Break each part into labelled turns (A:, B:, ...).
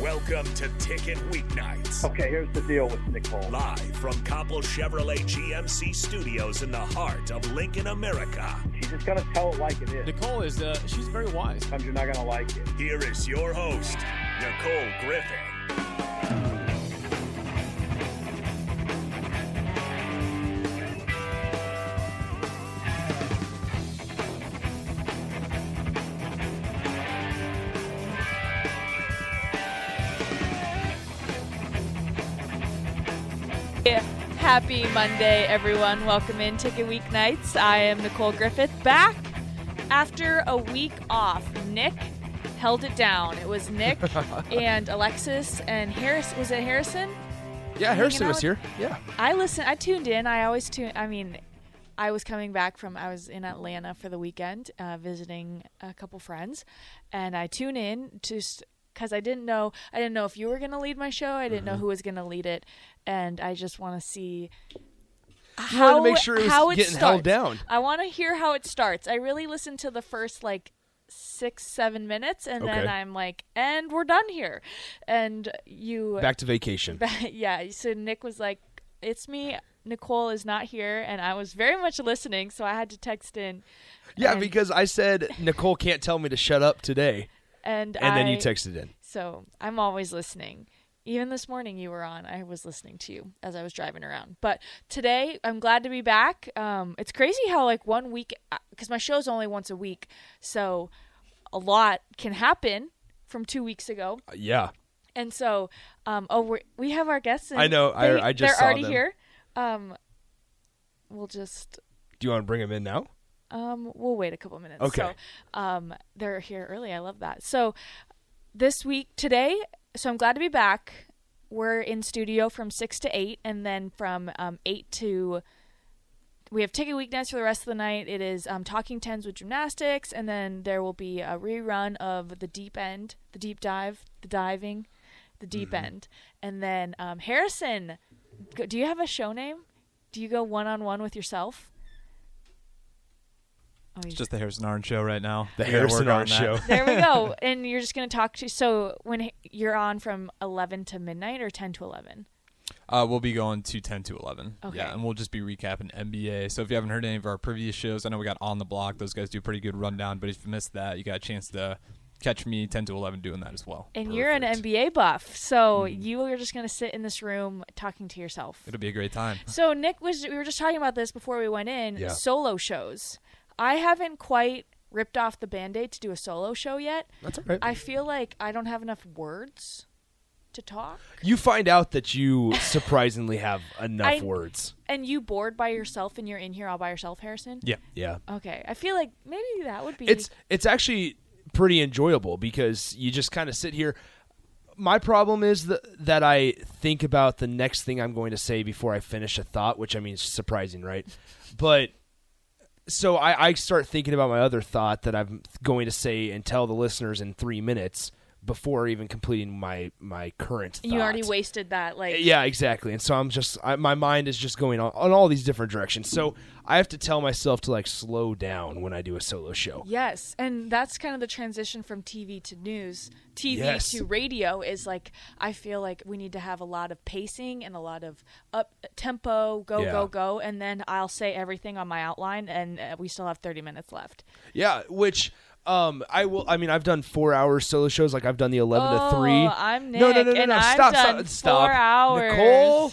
A: Welcome to Ticket Weeknights.
B: Okay, here's the deal with Nicole.
A: Live from Copple Chevrolet GMC studios in the heart of Lincoln, America.
B: She's just gonna tell it like it is.
C: Nicole is, uh, she's very wise.
B: Sometimes you're not gonna like it.
A: Here is your host, Nicole Griffin.
D: Happy Monday, everyone. Welcome in Ticket Weeknights. I am Nicole Griffith back after a week off. Nick held it down. It was Nick and Alexis and Harris. Was it Harrison?
C: Yeah, Harrison was
D: out.
C: here. Yeah.
D: I listened. I tuned in. I always tune. I mean, I was coming back from. I was in Atlanta for the weekend, uh, visiting a couple friends, and I tune in to. s because I didn't know, I didn't know if you were going to lead my show. I didn't
C: Mm-hmm.
D: know who was going to lead it, and I just want to see
C: You wanted
D: how
C: to make sure it was
D: how it
C: getting
D: starts.
C: held down.
D: I want to hear how it starts. I really listened to the first like six, seven minutes, and then
C: Okay.
D: I'm like, and we're done here. And you,
C: Back to vacation.
D: yeah. So Nick was like, "It's me." Nicole is not here, and I was very much listening, so I had to text in.
C: Yeah,
D: and-
C: because I said Nicole can't tell me to shut up today,
D: And
C: and then you
D: I-
C: texted in.
D: So I'm always listening. Even this morning you were on, I was listening to you as I was driving around. But today I'm glad to be back. Um, it's crazy how like one week, because my show's only once a week, so a lot can happen from two weeks ago.
C: Uh, yeah.
D: And so, um, oh, we're, we have our guests. And
C: I know. I-
D: they-
C: I just
D: they're
C: saw
D: already
C: them.
D: here. Um, we'll just
C: Do you want to bring him in now?
D: um, we'll wait a couple minutes.
C: Okay.
D: So, um, they're here early. I love that. So, this week today, so I'm glad to be back. We're in studio from six to eight, and then from um, eight to we have ticket weeknights for the rest of the night. It is um, Talking Tens with gymnastics, and then there will be a rerun of the Deep End, the Deep Dive, the diving, the Deep
E: Mm-hmm.
D: End, and then um, Harrison. go- Do you have a show name? Do you go one on one with yourself? Oh, you
E: It's just the Harrison Arn show right now.
C: The
E: We gotta
C: Harrison
E: work on
C: Orange
E: that.
C: Show.
D: there we go. And you're just going to talk to. So when h- you're on from 11 to midnight or 10 to 11?
E: Uh, we'll be going to 10 to 11.
D: Okay.
E: Yeah, and we'll just be recapping NBA. So if you haven't heard any of our previous shows, I know we got On the Block. Those guys do a pretty good rundown. But if you missed that, you got a chance to catch me 10 to 11 doing that as well.
D: And you're an
E: Perfect. Mm-hmm.
D: NBA buff. So you are just going to sit in this room talking to yourself.
E: It'll be a great time.
D: So Nick was we were just talking about this before we went in
C: Yeah.
D: solo shows. I haven't quite ripped off the band-aid to do a solo show yet.
C: That's all right.
D: I feel like I don't have enough words to talk.
C: you find out that you surprisingly have enough
D: I-
C: words.
D: And you bored by yourself and you're in here all by yourself, Harrison?
E: Yeah.
C: Yeah.
D: Okay. I feel like maybe that would be
C: It's it's actually pretty enjoyable because you just kind of sit here. My problem is th- that I think about the next thing I'm going to say before I finish a thought, which I mean is surprising, right? But so I, I start thinking about my other thought that I'm going to say and tell the listeners in three minutes before even completing my my current. Thought.
D: you already wasted that like
C: Yeah, exactly. And so I'm just I, my mind is just going on, on all these different directions. So I have to tell myself to like slow down when I do a solo show.
D: Yes, and that's kind of the transition from TV to news, TV
C: Yes.
D: to radio is like I feel like we need to have a lot of pacing and a lot of up tempo, go
C: Yeah.
D: go go, and then I'll say everything on my outline, and uh, we still have thirty minutes left.
C: Yeah, which Um, I will. I mean, I've done four hour solo shows. Like I've done the eleven to three.
D: Oh, I'm
C: No, no, no,
D: Nick,
C: no,
D: and
C: no.
D: I've
C: stop,
D: done
C: stop, stop.
D: four hours.
C: Nicole,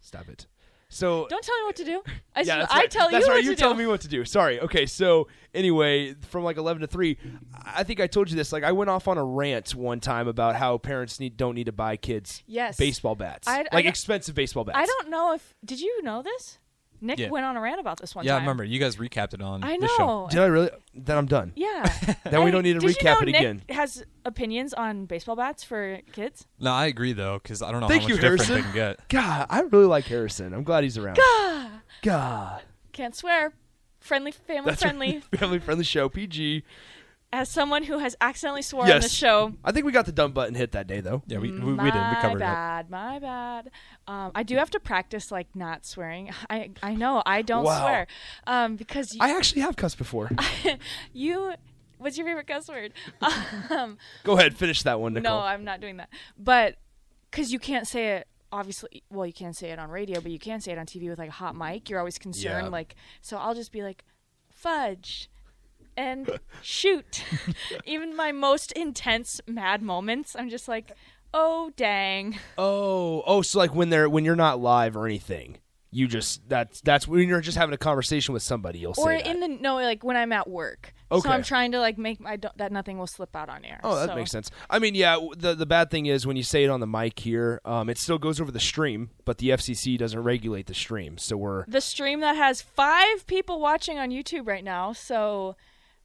C: stop it. So
D: Don't tell me what to do. I,
C: yeah, that's
D: I
C: right.
D: tell
C: that's
D: you
C: right.
D: what
C: you
D: to
C: tell
D: do.
C: me what to do. Sorry. Okay. So anyway, from like eleven to three, I think I told you this. Like I went off on a rant one time about how parents need don't need to buy kids
D: Yes.
C: baseball bats,
D: I- I
C: like
D: don't-
C: expensive baseball bats.
D: I don't know if did you know this? Nick
E: Yeah.
D: went on a rant about this one
E: yeah, I
D: time.
E: remember you guys recapped it on.
D: I
E: the show.
D: know.
C: Did I really? Then I'm done.
D: yeah.
C: Then we
D: Hey,
C: don't need to
D: did you
C: recap
D: know
C: it
D: Nick
C: again.
D: Has opinions on baseball bats for kids?
E: No, I agree though, because I don't know
C: Thank
E: how
C: you,
E: much different
C: Harrison.
E: they can get.
C: God, I really like Harrison. I'm glad he's around. God.
D: Can't swear. Friendly, family
C: That's
D: friendly.
C: family friendly show. PG.
D: As someone who has accidentally swore on
C: yes.
D: the show,
C: I think we got the dumb button hit that day though.
E: Yeah, we we,
D: Mm, my
E: we did. We covered it.
D: bad, my bad. Um, I do have to practice like not swearing. I I know I don't
C: Wow.
D: swear um, because you,
C: I actually have cussed before.
D: you. What's your favorite cuss word? Um,
C: Go ahead, finish that one, Nicole.
D: No, I'm not doing that. But because you can't say it, obviously. Well, you can't say it on radio, but you can say it on TV with like a hot mic. You're always concerned,
E: Yeah.
D: like. So I'll just be like, fudge, and shoot. Even my most intense mad moments, I'm just like, oh dang.
C: oh, oh, so like when they're when you're not live or anything, you just that's that's when you're just having a conversation with somebody. You'll
D: Or
C: say that.
D: in the no, like when I'm at work.
C: Okay.
D: So I'm trying to like make my do- that nothing will slip out on air.
C: Oh, that
D: So-
C: makes sense. I mean, yeah. w- the The bad thing is when you say it on the mic here, um, it still goes over the stream, but the FCC doesn't regulate the stream, so we're
D: The stream that has five people watching on YouTube right now, so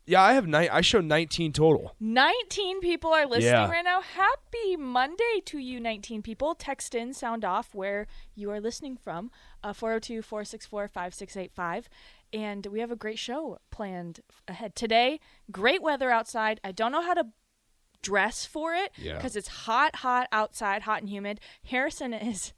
C: yeah. I have nine. I show nineteen total.
D: 19 people are listening
C: Yeah.
D: right now. Happy Monday to you, 19 people. Text in, sound off where you are listening from, uh, 402 464 5685. And we have a great show planned f- ahead. Today, great weather outside. I don't know how to dress for it
C: Yeah.
D: because it's hot, hot outside, hot and humid. Harrison is.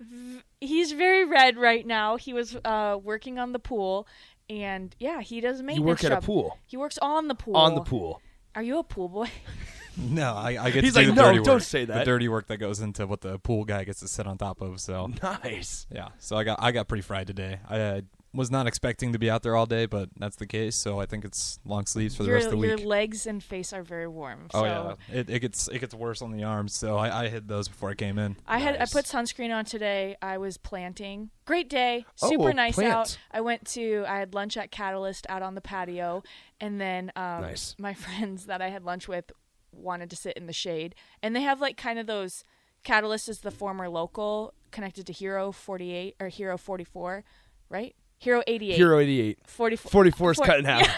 D: v- He's very red right now. He was uh, working on the pool, and yeah, he does maintenance.
C: work at a
D: job.
C: pool?
D: He works on the pool.
C: On the pool.
D: Are you a pool boy?
E: No, I, I get
C: He's
E: to do
C: like,
E: the
C: "No,
E: dirty
C: don't
E: work,
C: say that."
E: The dirty work that goes into what the pool guy gets to sit on top of. So
C: Nice.
E: yeah, so I got I got pretty fried today. I uh, was not expecting to be out there all day, but that's the case. So I think it's long sleeves for the
D: your,
E: rest of the
D: your
E: week.
D: legs and face are very warm. So
E: oh yeah, it, it gets it gets worse on the arms. So I, I hid those before I came in.
D: I had I put sunscreen on today. I was planting. Great day. Super
C: Oh,
D: nice
C: plants.
D: out. I went to I had lunch at Catalyst out on the patio and then um
C: Nice.
D: my friends that I had lunch with wanted to sit in the shade. And they have like kind of those Catalyst is the former local connected to Hero 48 or Hero 44, right? Hero 88.
C: Hero eighty eight.
D: 44
C: 44 is
D: Four-
C: cut in half.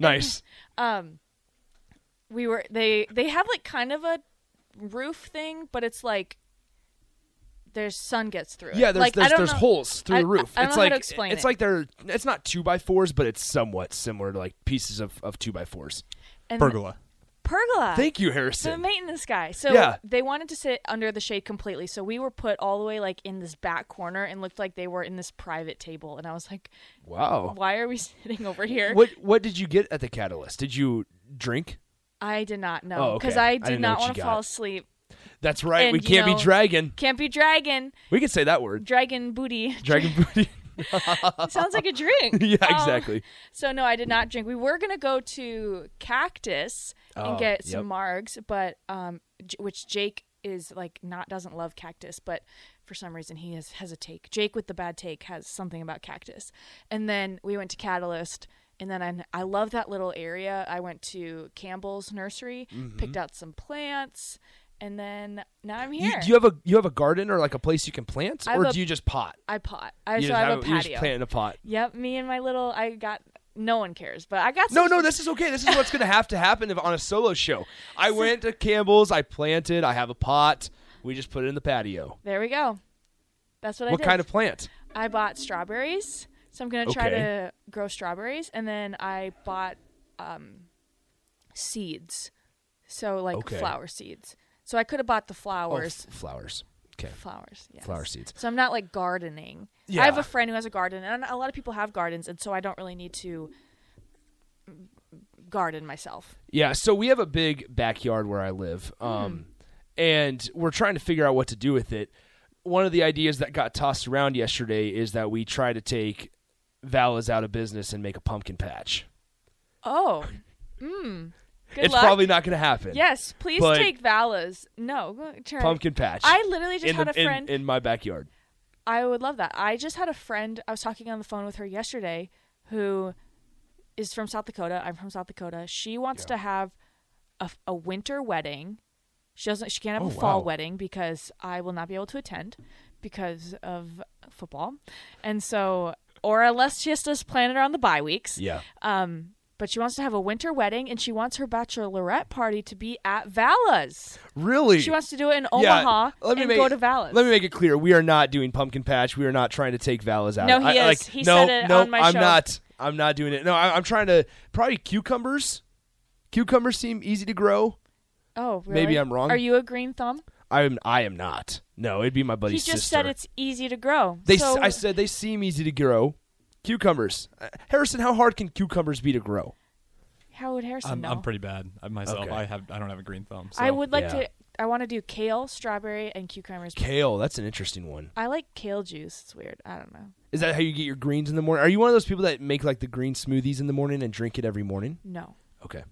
C: Nice.
D: we were they they have like kind of a roof thing, but it's like there's sun gets through. it.
C: Yeah, there's
D: like, I
C: there's,
D: don't
C: there's
D: know-
C: holes through
D: I-
C: the roof.
D: I, I don't
C: it's
D: know
C: like
D: how to explain
C: it's
D: it.
C: like they're it's not two by fours, but it's somewhat similar to like pieces of, of two by fours.
D: and
E: Pergola.
D: pergola.
C: Thank you,
D: the
C: Harrison.
D: maintenance guy. So
C: Yeah.
D: they wanted to sit under the shade completely. So we were put all the way like in this back corner and looked like they were in this private table. And I was like,
C: Wow.
D: why are we sitting over here?
C: What what did you get at the catalyst? Did you drink?
D: I did not
C: Oh,
D: know
C: okay.
D: because
C: I
D: I did
C: didn't know
D: not
C: what you
D: want to fall
C: got.
D: asleep.
C: That's right.
D: And,
C: we
D: you
C: can't
D: know-
C: be dragon.
D: Can't be dragon,
C: We can say that word.
D: dragon booty.
C: Dragon booty.
D: Sounds like a drink.
C: yeah,
D: Um,
C: exactly.
D: So no, I did not drink. We were gonna go to Cactus and
C: Oh,
D: get some
C: yep.
D: margs, but um, J- which Jake is like not doesn't love Cactus, but for some reason he has has a take. Jake with the bad take has something about Cactus, and then we went to Catalyst. And then I, I love that little area. I went to Campbell's nursery,
C: Mm-hmm.
D: picked out some plants, and then now I'm
C: You,
D: here.
C: do you have a you have a garden or like a place you can plant,
D: I have
C: or
D: a-
C: do you just pot?
D: I pot. I,
C: you
D: so
C: just
D: I have a
C: you just
D: patio.
C: plant in a pot.
D: Yep, me and my little. I got. No one cares, but I got.
C: No,
D: some-
C: no, this is okay. This is what's going to have to happen if, on a solo show. I went to Campbell's. I planted. I have a pot. We just put it in the patio.
D: There we go. That's what, I
C: What
D: did.
C: kind of plant?
D: I bought strawberries, so I'm gonna try
C: Okay.
D: to grow strawberries, and then I bought um, seeds, so like
C: Okay.
D: flower seeds. So I could have bought the flowers.
C: Oh, f- flowers. Okay.
D: flowers. Yes.
C: flower seeds.
D: So I'm not like gardening. I have
C: Yeah.
D: a friend who has a garden, and a lot of people have gardens, and so I don't really need to garden myself.
C: Yeah. So we have a big backyard where I live,
D: Hmm.
C: um, and we're trying to figure out what to do with it. One of the ideas that got tossed around yesterday is that we try to take Vala's out of business and make a pumpkin patch.
D: Oh, Good
C: it's
D: luck.
C: probably not going to happen.
D: Yes, please
C: But-
D: take Vala's. No, go- turn.
C: Pumpkin patch.
D: I literally just
C: in
D: had
C: the-
D: a
C: in-
D: friend.
C: in, my backyard.
D: I would love that. I just had a friend. I was talking on the phone with her yesterday, who is from South Dakota. I'm from South Dakota. She wants to have a, a winter wedding. She doesn't. She can't have
E: Oh,
D: a fall
E: wow.
D: wedding because I will not be able to attend because of football, and so or unless she has to plan it around the bye weeks.
C: Yeah.
D: Um. But she wants to have a winter wedding, and she wants her bachelorette party to be at Vala's.
C: Really?
D: She wants to do it in
C: Yeah,
D: Omaha
C: let me
D: and
C: make-
D: go to Vallis.
C: Let me make it clear: we are not doing pumpkin patch. We are not trying to take Valas out.
D: No, he
C: I,
D: is.
C: Like,
D: He
C: no,
D: said it
C: no,
D: on my
C: I'm
D: show.
C: not. I'm not doing it. No, I, I'm trying to probably cucumbers. Cucumbers seem easy to grow.
D: Oh, really?
C: Maybe I'm wrong.
D: Are you a green thumb?
C: I'm. I am not. No, it'd be my buddy's
D: he just
C: sister.
D: said it's easy to grow.
C: They. s
D: so,
C: I said they seem easy to grow. Cucumbers. Uh, Harrison, how hard can cucumbers be to grow?
D: how would Harrison
E: I'm,
D: know?
E: I'm pretty bad I- myself.
C: Okay.
E: I have I don't have a green thumb. So.
D: I would like
C: yeah.
D: to. I want to do kale, strawberry, and cucumbers.
C: Kale. That's an interesting one.
D: I like kale juice. It's weird. I don't know.
C: Is that how you get your greens in the morning? Are you one of those people that make like the green smoothies in the morning and drink it every morning?
D: No.
C: Okay.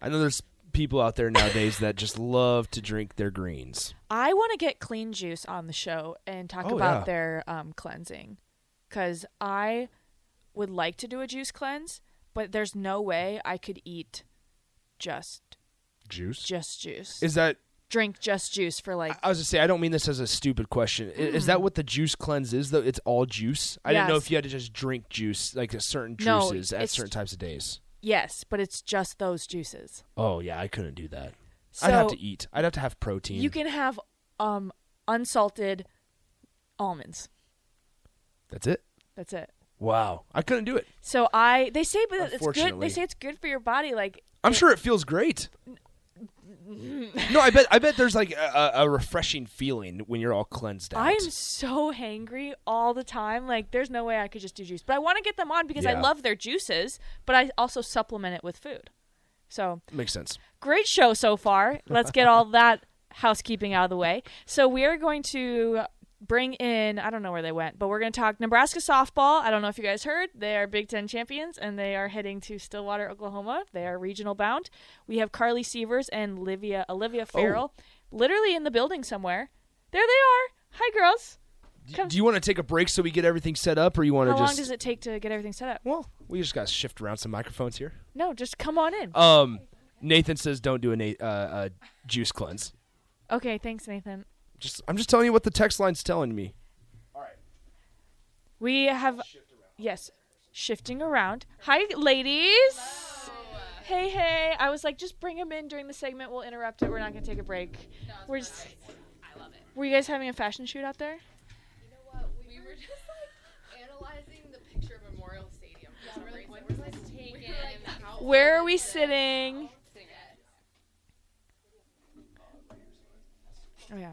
C: I know there's people out there nowadays that just love to drink their greens.
D: I want to get clean juice on the show and talk
C: Oh,
D: about
C: yeah.
D: their um, cleansing because I would like to do a juice cleanse, but there's no way I could eat just
C: Juice?
D: just juice.
C: Is that
D: Drink just juice for like
C: I- I was gonna say I don't mean this as a stupid question. I- Is that what the juice cleanse is though? It's all juice. I didn't know
D: Yes.
C: if you had to just drink juice like a certain
D: No,
C: juices at
D: it's-
C: certain times of days.
D: yes, but it's just those juices.
C: Oh yeah, I couldn't do that. I'd have
D: So-
C: to eat. I'd have to have protein.
D: You can have um unsalted almonds.
C: That's it.
D: That's it.
C: Wow, I couldn't do it.
D: So I they say but it's good
C: Unfortunately.
D: they say it's good for your body like
C: I'm sure it feels great. no, I bet. I bet there's like a, a a refreshing feeling when you're all cleansed out.
D: I am so hangry all the time. Like there's no way I could just do juice. But I want to get them on because I
C: Yeah.
D: love their juices, but I also supplement it with food. So
C: Makes sense.
D: great show so far. Let's get all that housekeeping out of the way. So we are going to bring in I don't know where they went, but we're going to talk Nebraska softball. I don't know if you guys heard, they are Big 10 champions and they are heading to Stillwater, Oklahoma. They are regional bound. We have Carly Sievers and Olivia Olivia Farrell literally in the building somewhere. There they are. Hi girls. Come-
C: Do you want to take a break so we get everything set up, or you want
D: How
C: to
D: long
C: just?
D: does it take to get everything set up?
C: Well, we just got to shift around some microphones here.
D: No, just come on in.
C: Um, Nathan says don't do a na- uh, uh, juice cleanse.
D: Okay, thanks Nathan.
C: Just I'm just telling you what the text line's telling me.
D: We have yes, shifting around. Hi, ladies. Hey, hey. I was like, just bring them in during the segment. We'll interrupt it. We're not gonna take a break. We're just. Were you guys having a fashion shoot out there?
F: You know what? We, were just like analyzing the picture of Memorial Stadium. For some reason. We're like, taken. how
D: Where are we sitting?
F: sitting at?
D: Oh yeah.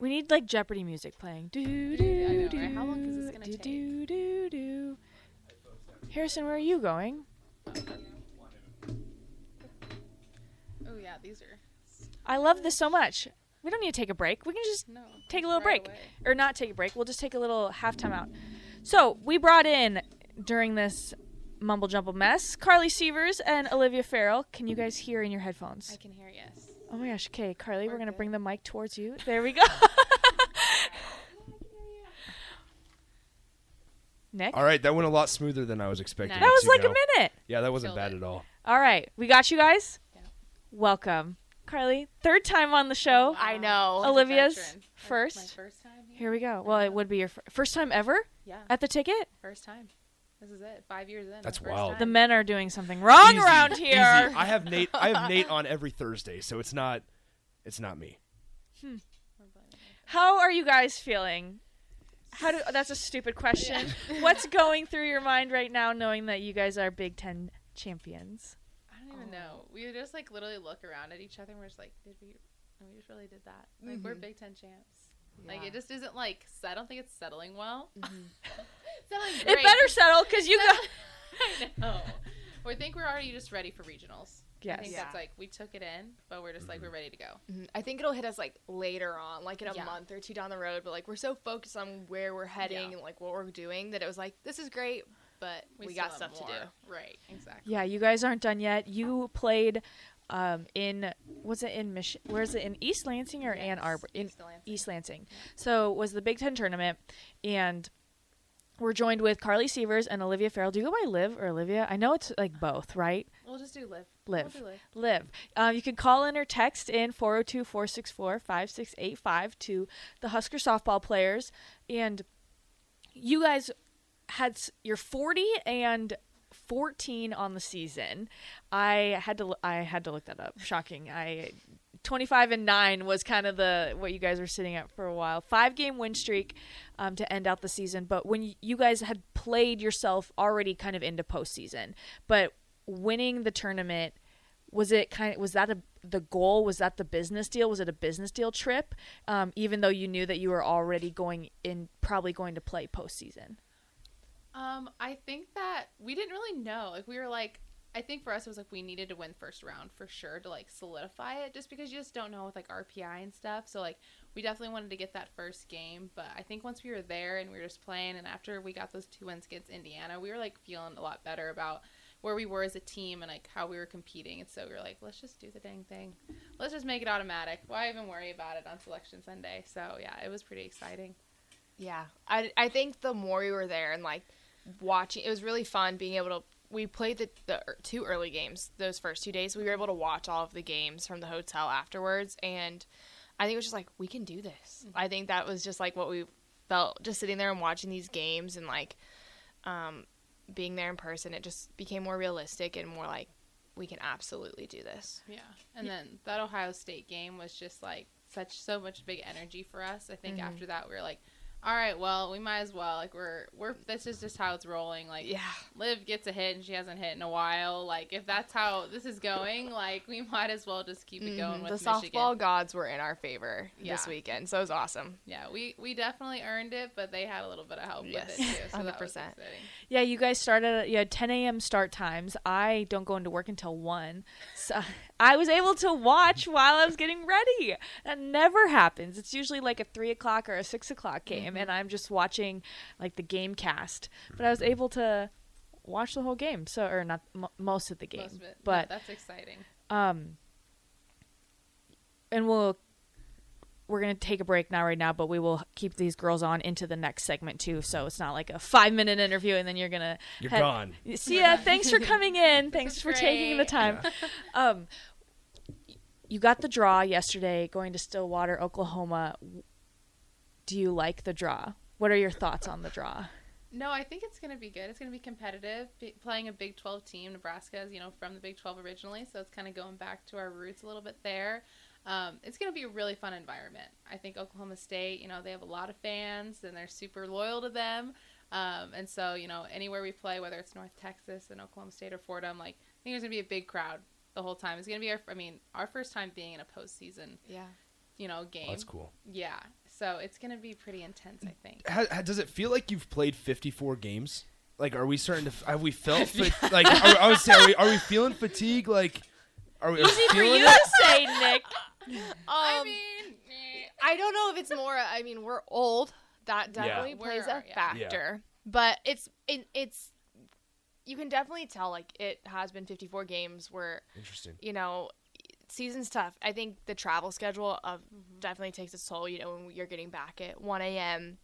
D: We need like Jeopardy music playing. Do do do.
F: right? How long is this gonna
D: do,
F: take?
D: Do do do. Harrison, where are you going?
F: Oh yeah, these are
D: I love this so much. We don't need to take a break. We can just
F: no.
D: take a little
F: right
D: break
F: away.
D: or not take a break we'll just take a little halftime out so we brought in during this mumble jumble mess carly sievers and olivia farrell can you guys hear in your headphones
F: I can hear yes.
D: oh my gosh okay carly we're gonna bring the mic towards you there we go nick
C: All right, that went a lot smoother than I was expecting.
D: that
C: it
D: was
C: to
D: like
C: go.
D: a minute
C: Yeah, that wasn't
F: Killed
C: bad
F: it.
C: at all.
D: all right we got you guys welcome carly third time on the show
F: Oh, I know.
D: Olivia's
F: First.
D: first
F: my first time. Here.
D: here we go well it would be your fir- first time ever
F: Yeah.
D: at the ticket
F: First time. This is it. Five years in.
C: That's
F: first
C: wild.
D: The
F: time.
D: men are doing something wrong
C: Easy,
D: around
C: easy.
D: here.
C: I have Nate. I have Nate on every Thursday, so it's not. It's not me.
D: How are you guys feeling? How do that's a stupid question. What's going through your mind right now knowing that you guys are Big 10 champions?
F: I don't even know. We just like literally look around at each other and we're just like, did we? We just really did that. Like we're Big Ten champs. Like it just isn't like. s- I don't think it's settling well. settling great.
D: It better settle cuz you got
F: I know.
G: Oh.
F: We think we're already just ready for regionals. I
D: Yes.
F: think
G: Yeah.
F: that's like we took it in, but we're just like we're ready to go.
G: Mhm. I think it'll hit us like later on, like in a
F: Yeah.
G: month or two down the road. But like we're so focused on where we're heading
F: Yeah.
G: and like what we're doing that it was like this is great, but we,
F: still
G: got
F: have
G: stuff to do.
F: more. Right, exactly.
D: Yeah, you guys aren't done yet. You played um, in was it in Mich- where's it in East Lansing or Ann
F: Yes,
D: Arbor in
F: East Lansing.
D: East Lansing. So was the Big Ten tournament, and we're joined with Carly Sievers and Olivia Farrell. Do you go by Liv or Olivia? I know it's like both, right?
F: We'll just do live.
D: Liv.
F: We'll do live.
D: Liv. Um, you can call in or text in 402 464 5685 to the Husker softball players. And you guys had s- you're 40 and 14 on the season. I had to l- I had to look that up. Shocking. I 25 and 9 was kind of the what you guys were sitting at for a while. 5 game win streak um, to end out the season, but when y- you guys had played yourself already kind of into postseason, but winning the tournament was it kind of was that a the goal was that the business deal was it a business deal trip um, even though you knew that you were already going in probably going to play postseason
F: Um, I think that we didn't really know. Like we were like, I think for us it was like we needed to win first round for sure to like solidify it, just because you just don't know with like RPI and stuff. So like we definitely wanted to get that first game, but I think once we were there and we were just playing, and after we got those two wins against Indiana, we were like feeling a lot better about where we were as a team and like how we were competing. And so we were like, let's just do the dang thing. Let's just make it automatic. Why even worry about it on selection Sunday? So yeah, it was pretty exciting.
G: Yeah, I I think the more we were there and like watching, it was really fun being able to. We played the, the ear- two early games those first two days. We were able to watch all of the games from the hotel afterwards, and I think it was just like we can do this. I think that was just like what we felt just sitting there and watching these games and like um, being there in person. It just became more realistic and more like we can absolutely do this.
F: Yeah. And then that Ohio State game was just like such so much big energy for us. I
G: Mm-hmm.
F: think after that we were like, all right, well, we might as well like we're we're this is just how it's rolling. Like
G: Yeah.
F: Liv gets a hit and she hasn't hit in a while. Like if that's how this is going, like we might as well just keep it going
G: Mhm.
F: with
G: the
F: Michigan.
G: softball gods were in our favor
F: Yeah.
G: this weekend, so it was awesome.
F: Yeah, we we definitely earned it, but they had a little bit of help
G: Yes.
F: with it too. So that was
G: 100%.
F: exciting.
D: yeah you guys started at yeah 10 a.m start times i don't go into work until 1 so i was able to watch while i was getting ready that never happens it's usually like a 3 o'clock or a 6 o'clock game
F: Mm-hmm.
D: and i'm just watching like the game cast but i was able to watch the whole game so or not m- most of the game
F: Most of it. No,
D: but
F: that's exciting.
D: um and we'll we're gonna take a break now right now but we will keep these girls on into the next segment too so it's not like a five minute interview and then you're gonna
C: You're
D: head-
C: gone.
D: see ya thanks for coming in thanks
F: was
D: for taking the
F: great.
D: time um you got the draw yesterday going to stillwater oklahoma do you like the draw what are your thoughts on the draw
F: No, I think it's going to be good. It's going to be competitive. B- playing a Big 12 team, Nebraska is, you know, from the Big 12 originally, so it's kind of going back to our roots a little bit there. Um, it's going to be a really fun environment. I think Oklahoma State, you know, they have a lot of fans and they're super loyal to them. Um, and so, you know, anywhere we play, whether it's North Texas and Oklahoma State or Fordham, like, I think there's going to be a big crowd the whole time. It's going to be our, I mean, our first time being in a postseason,
G: Yeah.
F: you know, game.
C: Oh, that's cool.
F: Yeah. So it's going to be pretty intense, I think.
C: How, how- does it feel like you've played 54 games? Like, are we starting to? f- Have we felt fa- like? Are, I would say, are we, are we feeling fatigue? Like, are we are we feeling it?
D: say nick
F: I
G: Um,
F: mean, eh.
G: I don't know if it's more. I mean, we're old. That definitely
F: We're-
G: plays a
F: yeah.
G: factor. But it's it, it's you can definitely tell like it has been 54 games where
C: Interesting.
G: you know season's tough. I think the travel schedule of
F: Mm-hmm.
G: definitely takes its toll. You know when you're getting back at 1 a.m.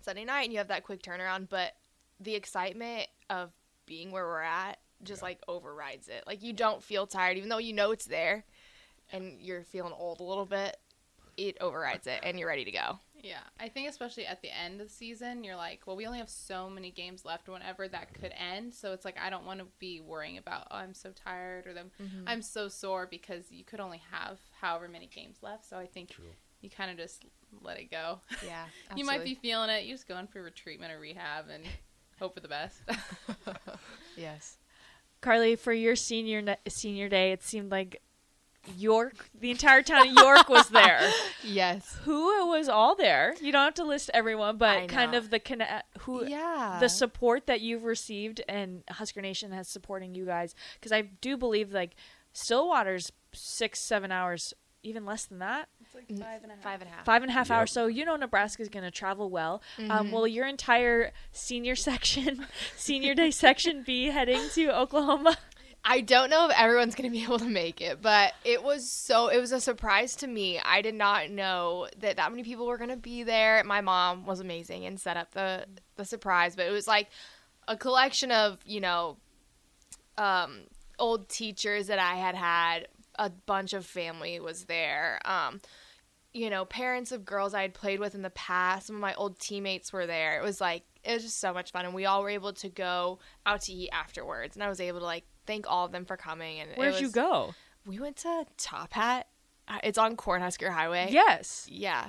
G: Sunday night and you have that quick turnaround, but the excitement of being where we're at just like overrides it. Like you don't feel tired even though you know it's there and you're feeling old a little bit. It overrides it and you're ready to go.
F: Yeah, I think especially at the end of the season, you're like, well, we only have so many games left. Whenever that could end, so it's like I don't want to be worrying about, oh, I'm so tired or them,
G: Mm-hmm.
F: I'm so sore because you could only have however many games left. So I think you kind of just let it go.
G: Yeah.
F: You might be feeling it. You just go in for treatment or rehab and hope for the best.
G: Yes.
D: Carly, for your senior ne- senior day, it seemed like York, the entire town of York was there.
G: Yes.
D: Who was all there? You don't have to list everyone,
G: I
D: but kind
G: know.
D: of the conne- who
G: Yeah.
D: the support that you've received and Husker Nation has supporting you guys because I do believe like Stillwater's six seven hours even less than that.
H: It's like five and a half.
F: Five and a half.
D: Five and a half hours. So you know Nebraska's going to travel well. Um, will your entire senior section, senior day section, be heading to Oklahoma?
F: I don't know if everyone's going to be able to make it, but it was so it was a surprise to me. I did not know that that many people were going to be there. My mom was amazing and set up the the surprise, but it was like a collection of, you know, um old teachers that I had had, a bunch of family was there. Um you know, parents of girls I had played with in the past, some of my old teammates were there. It was like it was just so much fun and we all were able to go out to eat afterwards and I was able to like thank all of them for coming and it
D: Where'd you
F: was-
D: go?
F: we went to Top Hat. Uh, It's on Cornhusker Highway.
D: Yes,
F: Yeah.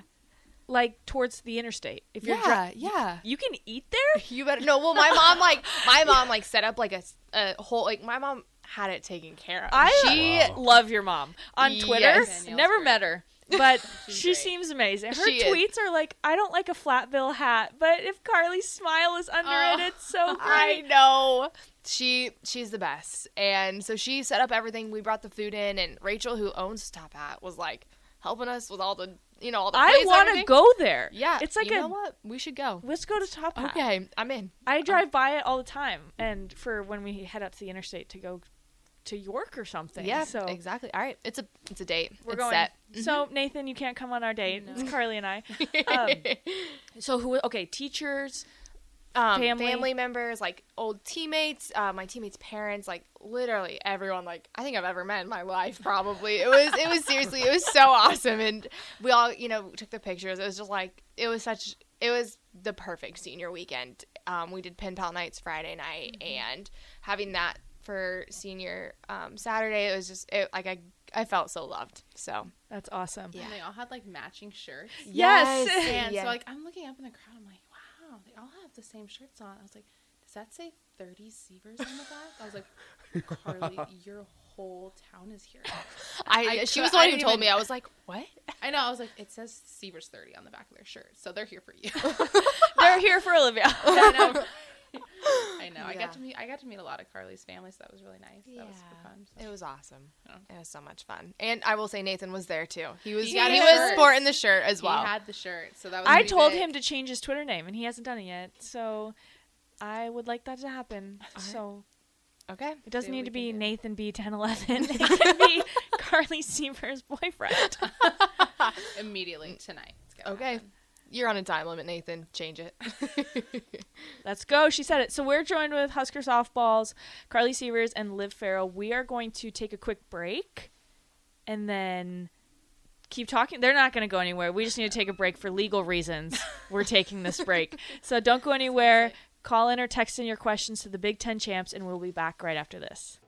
D: like towards the interstate. If you're
F: yeah.
D: dri-
F: yeah.
D: you can eat there.
F: You better no. Well, my mom like my mom like set up like a, s- a whole like my mom had it taken care of.
D: I
I: She-
D: love your mom on
F: Oh. Yes.
D: Twitter.
H: Danielle's
D: Never
H: great.
D: met her, but
H: She's
D: she
H: great.
D: seems amazing. Her
F: She is.
D: tweets are like, "I don't like a flat bill hat, but if Carly's smile is under it,
F: Oh.
D: it's so
F: I
D: great."
F: know. She she's the best. And so she set up everything. We brought the food in, and Rachel, who owns Top Hat, was like helping us with all the you know all the.
D: I,
F: plates and
D: want to
F: everything.
D: go there.
F: Yeah.
D: it's like
F: you
D: a
F: know what we should go.
D: let's go to Top Hat.
F: Okay, um, I'm in.
D: I drive by it all the time, and for when we head up to the interstate to go to York or something.
F: Yeah.
D: so
F: exactly. All right. It's a it's a date.
D: we're
F: it's
D: going.
F: set. Mm-hmm.
D: So Nathan, you can't come on our date. It's Carly and I. Um, so who? Okay, teachers.
F: um,
D: Family.
F: family. members, like old teammates, uh, my teammates' parents, like literally everyone, like I think I've ever met in my life. Probably it was it was seriously it was so awesome, and we all you know took the pictures. It was just like it was such it was the perfect senior weekend. Um, we did pen pal nights Friday night, and having that for senior um, Saturday, it was just it, like I I felt so loved. So
D: That's awesome.
F: Yeah.
H: And they all had like matching shirts.
D: Yes.
H: And
F: yeah.
H: so like I'm looking up in the crowd, I'm like, wow, they all have the same shirts on. I was like, does that say 30 Seavers on the back? I was like, Carly, your whole town is here.
F: I,
H: I
F: she
H: cou-
F: was the one
H: I
F: who
H: didn't
F: told
H: even-
F: me. I was like, what?
H: I know. I was like, it says Seavers 30 on the back of their shirt, so they're here for you.
D: They're here for Olivia.
H: I know. I know. I
F: Yeah.
H: got to meet. I got to meet a lot of Carly's family, so that was really nice. That was super fun. So.
F: It was awesome.
H: Yeah.
F: It was so much fun. And I will say Nathan was there too. He was
H: He
F: he,
H: got a
F: was
H: shirt.
F: sporting the shirt as well.
H: He had the shirt, so that was.
D: I
H: pretty
D: told
H: big.
D: him to change his Twitter name, and he hasn't done it yet. So I would like that to happen. So
F: okay.
D: it doesn't
H: See what
D: need
H: we
D: to
H: can
D: be
H: do.
D: Nathan B. Ten Eleven. It can be Carly Seaver's boyfriend.
H: immediately tonight. It's gonna
F: Okay.
H: happen.
F: You're on a time limit, Nathan. Change it.
D: Let's go. She said it. So we're joined with Husker Softballs, Carly Seavers, and Liv Farrell. We are going to take a quick break and then keep talking. They're not going to go anywhere. We just need to take a break for legal reasons. We're taking this break. So don't go anywhere. Call in or text in your questions to the Big Ten champs, and we'll be back right after this.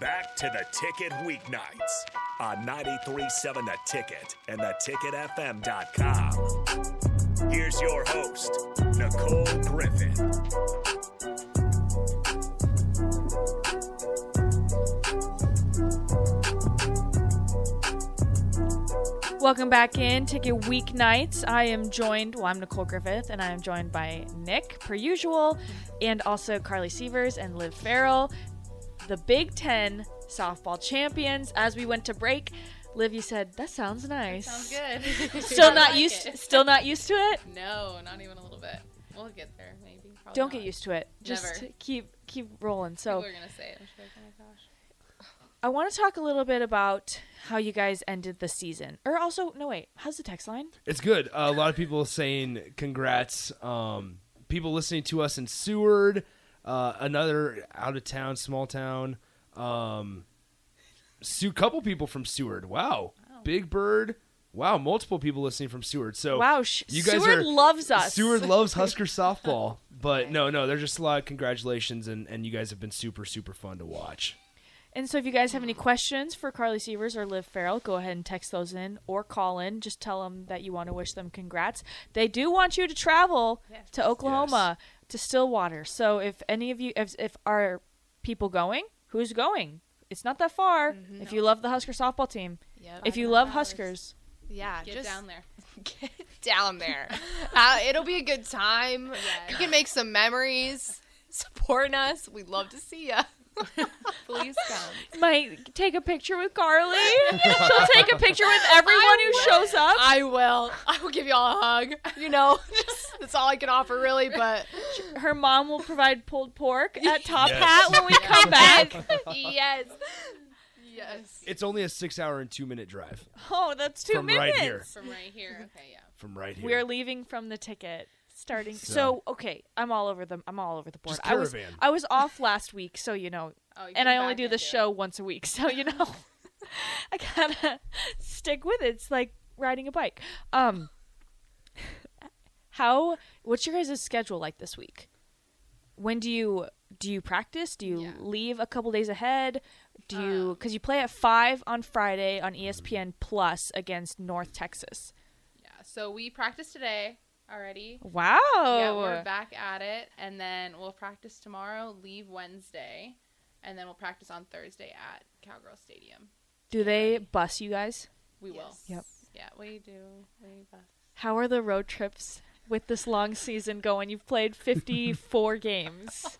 A: Back to the ticket weeknights on 937 The Ticket and theticketfm.com. Here's your host, Nicole Griffin.
D: Welcome back in Ticket Weeknights. I am joined, well, I'm Nicole Griffith, and I am joined by Nick, per usual, and also Carly Sievers and Liv Farrell, the Big Ten softball champions. As we went to break, Liv, you said, that sounds nice.
F: Sounds good.
D: Still
F: I
D: not
F: like
D: used
F: it.
D: still not used to it?
F: No, not even a little bit. We'll get there, maybe. Probably
D: Don't
F: not.
D: get used to it. Just
F: Never.
D: keep keep rolling.
F: People
D: So
F: are gonna say it. I'm just like, oh my gosh.
D: I want to talk a little bit about how you guys ended the season. Or also, no wait, how's the text line?
C: It's good. Uh, a lot of people saying congrats. Um, people listening to us in Seward, uh, another out of town, small town. Um, Sue, couple people from Seward. Wow. Big Bird. Wow, multiple people listening from Seward. So
D: Wow, sh- Seward loves us.
C: Seward loves Husker softball, but no, no, there's just a lot of congratulations, and and you guys have been super, super fun to watch.
D: And so, if you guys have any questions for Carly Sievers or Liv Farrell, go ahead and text those in or call in. Just tell them that you want to wish them congrats. They do want you to travel to Oklahoma to Stillwater. So, if any of you, if, if are people going, who's going? It's not that far. If you love the Husker softball team,
G: Mm-hmm. Yep.
D: if you
F: Five
D: love
F: hours.
D: Huskers,
G: Yeah,
F: Get
G: just
F: down there.
G: get down there. uh, it'll be a good time. You can make some memories. Supporting us. We'd love to see ya.
F: Please come.
D: might take a picture with Carly. She'll take a picture with everyone who shows up.
G: I will. I will give y'all a hug. You know, just, that's all I can offer, really. But
D: Her mom will provide pulled pork at Top Hat when we come back.
G: yes, yes.
C: It's only a six-hour and two-minute drive
D: Oh, that's two
C: from
D: minutes.
C: right here.
F: From right here. Okay, yeah.
C: From right here.
D: We are leaving from the ticket. Starting so, okay, I'm all over the I'm all over the board.
C: Just
D: I was
C: caravan.
D: I was off last week, so you know,
F: Oh, you
D: and
F: came
D: I only
F: back
D: do
F: and
D: this
F: do it.
D: show once a week, so you know, I gotta stick with it. It's like riding a bike. Um, how what's your guys' schedule like this week? When do you do you practice? Do you
F: Yeah. Uh,
D: leave a couple days ahead? Do you because you play at five on Friday on E ESPN Plus against North Texas?
F: Yeah. So we practiced today already.
D: Wow.
F: Yeah,
D: Oh.
F: we're back at it, and then we'll practice tomorrow. Leave Wednesday, and then we'll practice on Thursday at Cowgirl Stadium.
D: Do they bus you guys?
F: We will.
D: Yep.
F: Yeah, we do. We bus.
D: How are the road trips with this long season going? You've played 54 games.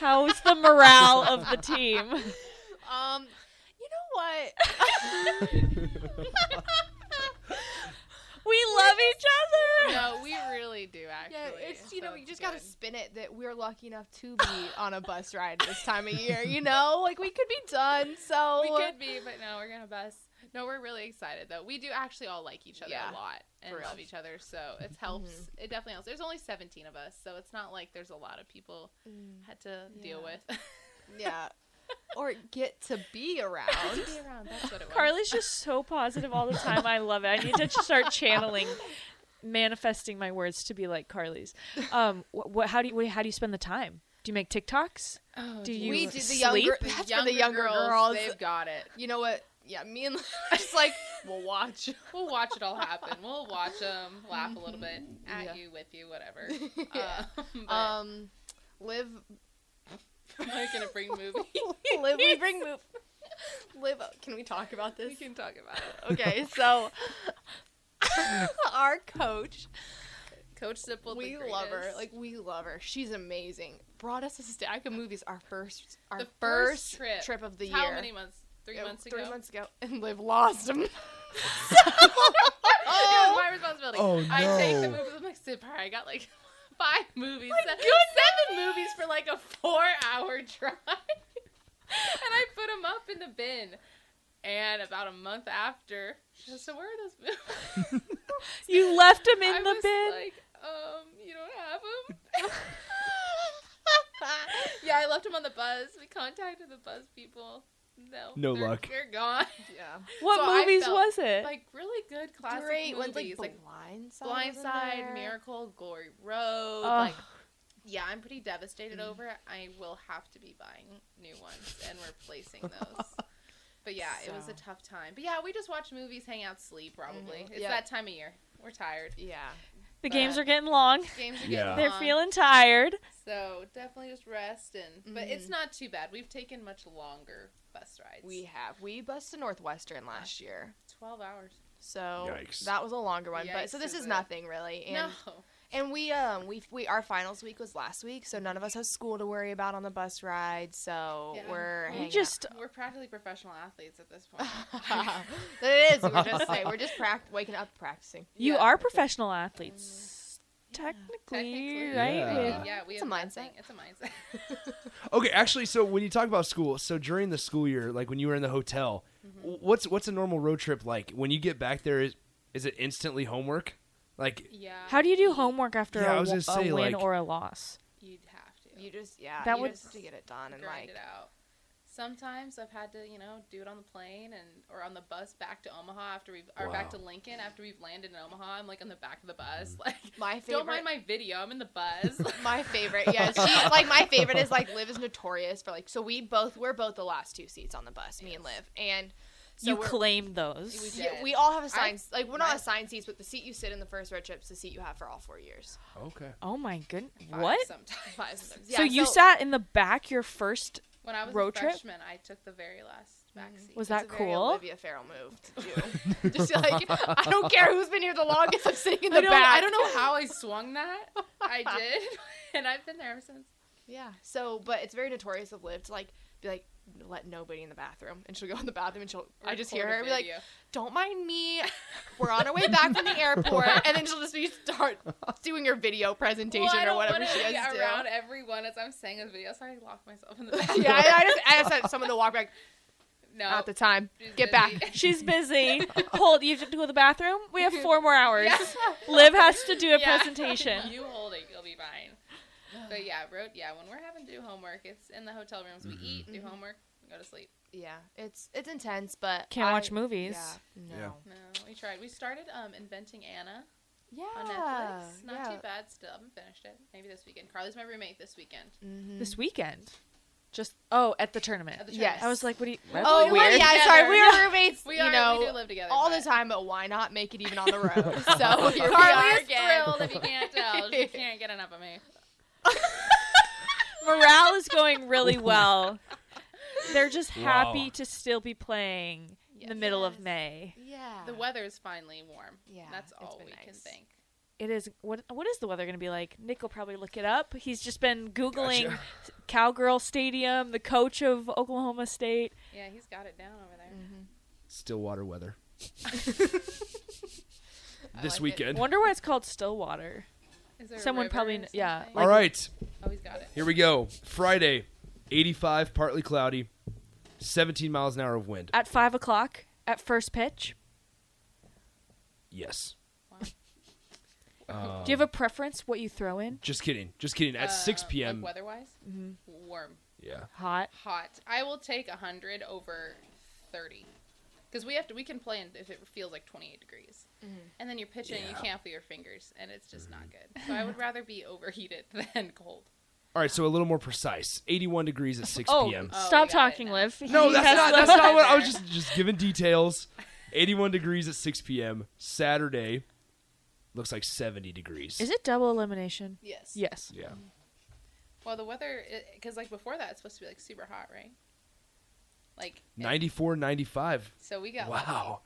D: How's the morale of the team?
G: Um, you know what?
D: We love each other.
F: No, we really do actually.
G: Yeah, it's you
F: so
G: know you
F: it's
G: just gotta
F: good.
G: spin it that we're lucky enough to be on a bus ride this time of year. You know, like we could be done. So
F: We could be, but no, we're gonna bus. No, we're really excited though. We do actually all like each other
G: Yeah,
F: a lot and
G: for real. Mm-hmm.
F: love each other, so it helps. It definitely helps. There's only 17 of us, so it's not like there's a lot of people had to deal with.
G: Mm. yeah, or get to be around.
F: Be around, that's what it was.
D: Carly's just so positive all the time. I love it. I need to start channeling, manifesting my words to be like Carly's. Um, wh- what? How do you? How do you spend the time? Do you make TikToks?
F: Oh,
D: do you
G: we do the
D: sleep?
G: younger. That's for the younger girls.
F: They've got it.
G: You know what? Yeah, me and just like we'll watch.
F: We'll watch it all happen. We'll watch them laugh a little bit at
G: Yeah.
F: you, with you, whatever.
G: Yeah.
F: Um, but
G: Um, live,
F: I'm not gonna bring movies.
G: live. We bring move. Live. Can we talk about this?
F: We can talk about it.
G: Okay, so our coach,
F: Coach Sipple,
G: we
F: the
G: love her.
F: greatest.
G: Like we love her. She's amazing. Brought us a stack of movies. Our first, our
F: the
G: first, trip. of the year.
F: How many months? Three
G: Uh,
F: months ago.
G: Three months ago, and Liv lost them.
F: It was my responsibility.
C: Oh,
F: I take the
C: no.
F: movies. I'm like, Sipper, I got like five movies. se- seven, movies for like a four-hour drive, and I put them up in the bin. And about a month after, she goes, so where are those movies?
D: You left them in
F: I
D: the
F: was
D: bin.
F: like, um, you don't have them? yeah, I left them on the bus. We contacted the bus people. No,
C: No
F: they're-
C: luck.
F: They're gone.
G: yeah,
D: what
F: So I
D: movies
F: felt
D: was it?
F: Like really good classic
G: Uh, great ones like
F: movies, like
G: Blindside.
F: Blind
G: was in
F: Side,
G: there.
F: Miracle, Glory Road.
D: Ugh.
F: Like, yeah, I'm pretty devastated
G: Mm.
F: over it. I will have to be buying new ones and replacing those. But yeah, it was a
G: So.
F: tough time. But yeah, we just watch movies, hang out, sleep. Probably it's
G: Yep.
F: that time of year. We're tired.
G: Yeah,
D: the games are getting long.
F: Games are
C: Yeah.
F: getting
D: They're
F: long,
D: feeling tired.
F: so definitely just rest and. But
G: Mm-hmm.
F: it's not too bad. We've taken much longer bus rides.
G: we have. We bused to Northwestern last year.
F: twelve hours.
G: So
C: Yikes.
G: that was a longer one. but so
F: Yikes
G: this
F: is
G: is
F: it.
G: nothing really. And,
F: No.
G: And we um we we our finals week was last week, so none of us has school to worry about on the bus ride. So
F: Yeah.
G: we're
F: We
G: hanging out.
D: just
F: We're practically professional athletes at this point.
G: it is. We're just like, we're just prac- waking up practicing.
D: You
F: Yeah.
D: are professional athletes, technically,
F: Technically,
D: right?
C: Yeah.
F: we-
C: Yeah.
F: yeah, we
G: It's
F: have
G: a mindset.
F: nothing. It's a mindset.
C: Okay, actually, so when you talk about school, so during the school year, like when you were in the hotel, w- what's what's a normal road trip like? When you get back there, is is it instantly homework? Like,
F: yeah.
D: How do you do homework after
C: Yeah, I
D: a,
C: was
D: wa-
C: gonna
D: a
C: say,
D: win
C: like-
D: or a loss?
F: You'd have to.
G: You just yeah.
D: That
G: you
D: would-
G: just have to get it done and
F: grind
G: like
F: it out. Sometimes I've had to, you know, do it on the plane and or on the bus back to Omaha after we've or back to Lincoln after we've landed in Omaha. I'm like on the back of the bus, like
G: My
F: Don't mind my video. I'm in the bus.
G: My favorite, yeah. She, like my favorite is like Liv is notorious for like. So we both we're both the last two seats on the bus, me and Liv, and so
D: you
G: we're,
D: claim those.
G: yeah,
F: did.
G: we all have assigned
F: I-
G: like we're not
F: my-
G: assigned seats, but the seat you sit in the first road trip's the seat you have for all four years.
C: okay,
D: Oh my goodness!
F: Five
D: What?
F: Sometimes.
G: Five sometimes.
D: so
G: Yeah,
D: you sat in the back your first.
F: When I was
D: Road
F: a
D: trip? Mm-hmm.
F: freshman, I took the very last back seat.
D: Was
G: it's
D: that
G: a very
D: cool?
G: Olivia Farrell move to do. Just like I don't care who's been here the longest. I'm sitting in the
F: I don't,
G: back.
F: I don't know how I swung that. I did, and I've been there ever since.
G: Yeah. So, but it's very notorious of Liv to like be like, let nobody in the bathroom, and she'll go in the bathroom, and she'll. I just hear
F: Record a
G: her be like,
F: video.
G: "Don't mind me. We're on our way back from the airport," and then she'll just be start doing her video presentation
F: Well, I
G: or
F: don't
G: whatever
F: wanna
G: she
F: be
G: has to do.
F: around everyone as I'm saying this video, so I lock myself in the back.
G: yeah, I, I just I just had someone to walk back.
F: no,
G: Not the time.
F: she's
G: Get
F: busy.
G: back.
D: She's busy. Hold. You have to go to the bathroom. We have four more hours. Liv has to do a
F: Yeah.
D: presentation.
F: you hold it, you'll be fine. But yeah, road. Yeah, when we're having to do homework, it's in the hotel rooms. We eat, do homework, and go to sleep.
G: Mm-hmm. Yeah, it's it's intense, but
D: Can't
G: I-
D: watch movies.
G: Yeah,
C: Yeah.
G: no.
F: No, we tried. We started um, inventing Anna
G: Yeah,
F: on Netflix. Not
G: yeah.
F: too bad. Still, I haven't finished it. Maybe this weekend. Carly's my roommate this weekend.
G: Mm-hmm.
D: This weekend. Just oh, at the tournament.
F: At the
G: Yes.
F: tournament.
D: I was like, what do you? that's
G: Oh,
D: weird.
G: yeah, sorry. We
F: together.
G: are roommates,
F: We
G: you
F: are- we
G: know,
F: do live together,
G: all
F: but-
G: the time, but why not make it even on the road? so here we
F: Carly
G: are
F: is
G: again.
F: thrilled if you can't tell. She can't get enough of me.
D: morale is going
F: Oh
D: really well. They're just happy to still be playing in the
F: Yes.
D: middle of May.
G: Yeah.
F: The weather's finally warm.
G: Yeah,
F: that's
G: it's
F: all
G: been
F: we can
G: nice.
F: think.
D: It is what what is the weather going to be like? Nick will probably look it up. He's just been googling Cowgirl Stadium, the coach of Oklahoma State.
F: Yeah, he's got it down over there.
G: Mm-hmm.
C: still water weather. this
G: like it.
C: weekend.
D: Wonder why it's called Stillwater.
F: Is there a
D: Someone
F: river
D: probably
F: or
D: kn- yeah,
F: something?
C: All right,
F: oh, he's got it.
C: here we go. Friday, eighty-five, partly cloudy, seventeen miles an hour of wind.
D: At five o'clock at first pitch.
C: Yes.
D: Do you have
C: Uh.
D: a preference what you throw in?
C: Just kidding. Just kidding. At
F: Uh,
C: six p.m.
F: Like weather-wise,
G: Mm-hmm.
F: warm,
C: yeah.
D: Hot.
F: hot. I will take hundred over thirty, because we have to. We can play in if it feels like twenty-eight degrees,
G: Mm-hmm.
F: and then you're pitching. and You can't feel your fingers, and it's just not good. So I would rather be overheated than cold.
C: All right, so a little more precise. Eighty-one degrees at six
D: Oh,
C: p.m.
F: Oh,
D: stop
F: we got it
D: talking,
F: now.
D: Liv.
C: No,
D: He
C: that's
D: has
C: not.
D: Liv
C: That's not
D: on
C: what I
D: there.
C: was just just giving details. 81 degrees at 6 p.m. Saturday. Looks like 70 degrees.
D: Is it double elimination?
F: Yes.
D: Yes.
C: Yeah.
F: Well, the weather, because like before that, it's supposed to be like super hot, right? Like it-
C: 94, 95.
F: So we got lucky.
C: Wow.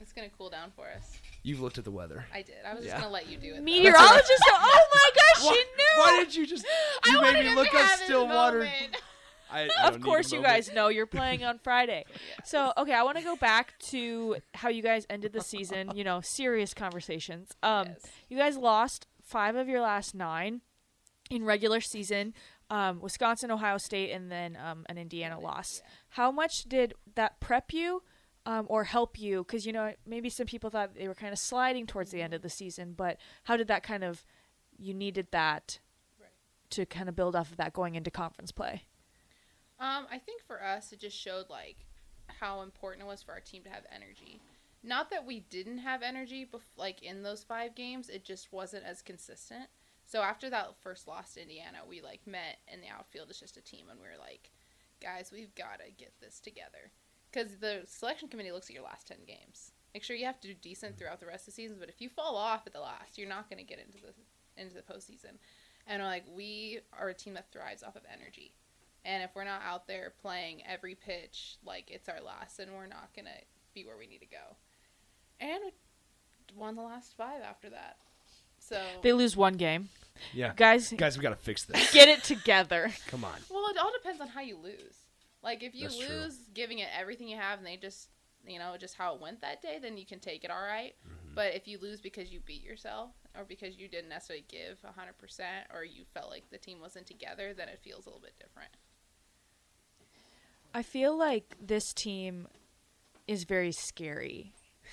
F: It's gonna cool down for us.
C: You've looked at the weather.
F: I did. I was
C: Yeah.
F: just gonna let you do it. though.
D: Meteorologist. oh my gosh, she
C: Why,
D: knew.
C: why did you just? You made me look up still water.
F: Moment.
C: I, I
D: of
C: don't need a
D: course you
C: moment.
D: guys know you're playing on Friday. So, okay, I want to go back to how you guys ended the season, you know, serious conversations. Um
F: Yes.
D: you guys lost 5 of your last 9 in regular season. Um, Wisconsin, Ohio State, and then um, an Indiana loss. How much did that prep you um, or help you? Because, you know, maybe some people thought they were kind of sliding towards the end of the season, but how did that kind of, you needed that to kind of build off of that going into conference play?
F: Um, I think for us, it just showed like how important it was for our team to have energy. Not that we didn't have energy, bef- like in those five games, it just wasn't as consistent. So after that first loss to Indiana, we like met in the outfield as just a team, and we were like, guys, we've got to get this together. Because the selection committee looks at your last 10 games. Make sure you have to do decent throughout the rest of the season, but if you fall off at the last, you're not going to get into the into the postseason. And like we are a team that thrives off of energy. And if we're not out there playing every pitch like it's our last, then we're not going to be where we need to go. and won the last five after that. So
D: They lose one game.
C: Yeah.
D: Guys-
C: guys, we got to fix this.
D: Get it together.
C: Come on.
F: well, it all depends on how you lose. Like if you
C: That's true.
F: lose, giving it everything you have, and they just you know just how it went that day, then you can take it all right.
C: Mm-hmm.
F: But if you lose because you beat yourself or because you didn't necessarily give 100% or you felt like the team wasn't together, then it feels a little bit different.
D: I feel like this team is very scary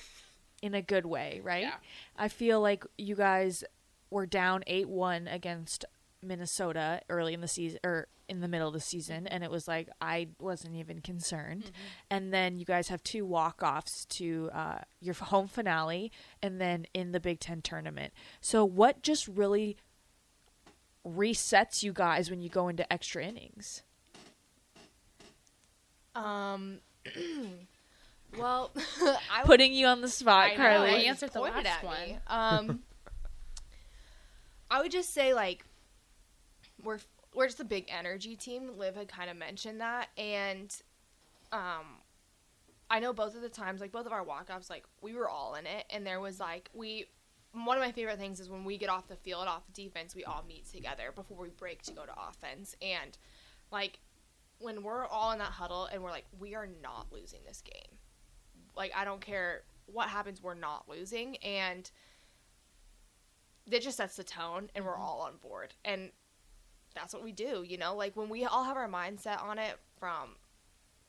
D: in a good way, right?
F: Yeah.
D: I feel like you guys were down 8 1 against Minnesota early in the season or in the middle of the season, and it was like I wasn't even concerned. And then you guys have two walk offs to uh, your home finale and then in the Big Ten tournament. So, what just really resets you guys when you go into extra innings?
G: Um, well, I would
D: Putting you on the spot,
G: I know,
D: Carly.
G: I
F: You answered the
G: pointed
F: last
G: at me. Um, I would just say like we're we're just a big energy team. Liv had kind of mentioned that, and um, I know both of the times, like both of our walk offs, like we were all in it, and there was like we. One of my favorite things is when we get off the field, off defense, we all meet together before we break to go to offense, and like when we're all in that huddle and we're like, we are not losing this game. Like, I don't care what happens, we're not losing. And that just sets the tone, and
F: Mm-hmm.
G: we're all on board. And that's what we do, you know? Like, when we all have our mindset on it from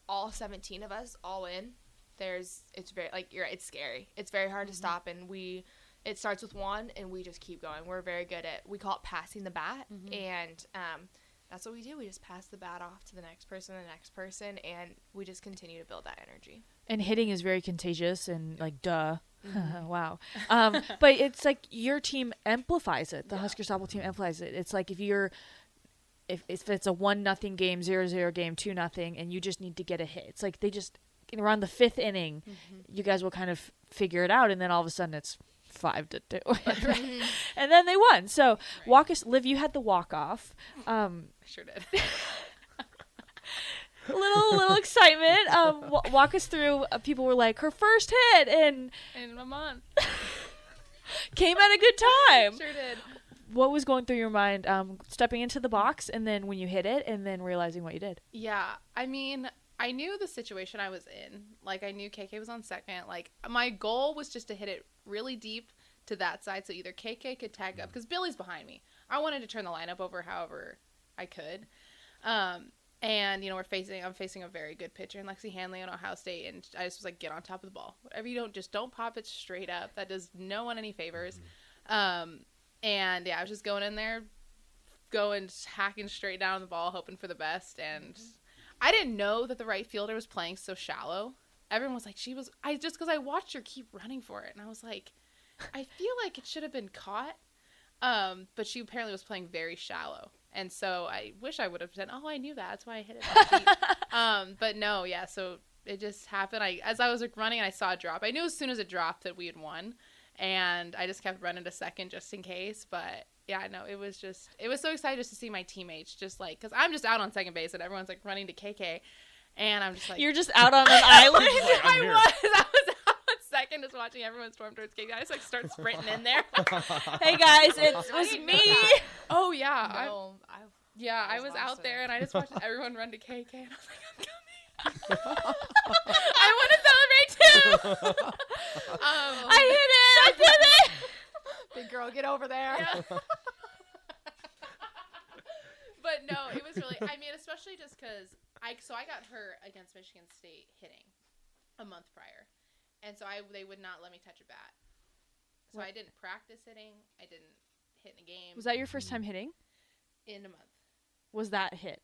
G: all 17 of us, all in, there's, it's very, like, you're, right, it's scary. It's very hard
F: Mm-hmm.
G: to stop. And we, it starts with one, and we just keep going. We're very good at, we call it passing the bat.
F: Mm-hmm.
G: And, um, that's what we do. We just pass the bat off to the next person, the next person, and we just continue to build that energy.
D: and hitting is very contagious and like duh wow um, but it's like your team amplifies it the husker softball team amplifies it it's like if you're if, if it's a one nothing game zero zero game two nothing and you just need to get a hit it's like they just around the fifth inning you guys will kind of figure it out and then all of a sudden it's five to two and then they won so walk us liv you had the walk off um,
F: I sure did.
D: little little excitement. Um, wa walk us through. Uh, people were like, her first hit and
F: In a month.
D: came at a good time.
F: Sure did.
D: What was going through your mind? Um, stepping into the box and then when you hit it and then realizing what you did.
F: Yeah, I mean, I knew the situation I was in. Like, I knew KK was on second. Like, my goal was just to hit it really deep to that side so either KK could tag up because Billy's behind me. I wanted to turn the lineup over however I could. Um, and you know we're facing I'm facing a very good pitcher in Lexi Hanley on Ohio State, and I just was like, get on top of the ball. Whatever you don't, just don't pop it straight up. That does no one any favors. Um, and yeah, I was just going in there, going hacking straight down the ball, hoping for the best. And I didn't know that the right fielder was playing so shallow. Everyone was like, she was. I just because I watched her keep running for it, and I was like, I feel like it should have been caught. Um, but she apparently was playing very shallow, and so I wish I would have said, "Oh, I knew that. That's why I hit it." that deep." um, but no, yeah. So it just happened. I as I was like, running, I saw a drop. I knew as soon as it dropped that we had won, and I just kept running to second just in case. But yeah, no, it was just it was so exciting just to see my teammates just like because I'm just out on second base and everyone's like running to KK, and I'm just like
D: You're just out on an island.
F: I was. I was out on second, just watching everyone storm towards KK. I just like start sprinting in there.
D: hey guys, it was me.
F: oh yeah, I-
G: No, I,
F: yeah, I
G: was
F: was
G: lost
F: out
G: in
F: there
G: it.
F: and I just watched everyone run to KK and I was like, I'm coming. I want to celebrate too. um,
D: I hit it. I did it.
G: Oh, big girl, get over there.
F: but no, it was really. I mean, especially just because I so I got hurt against Michigan State hitting a month prior, and so I they would not let me touch a bat. So I didn't practice hitting. I didn't hit in a game
D: Was that your first time hitting?
F: in a month.
D: Was that hit?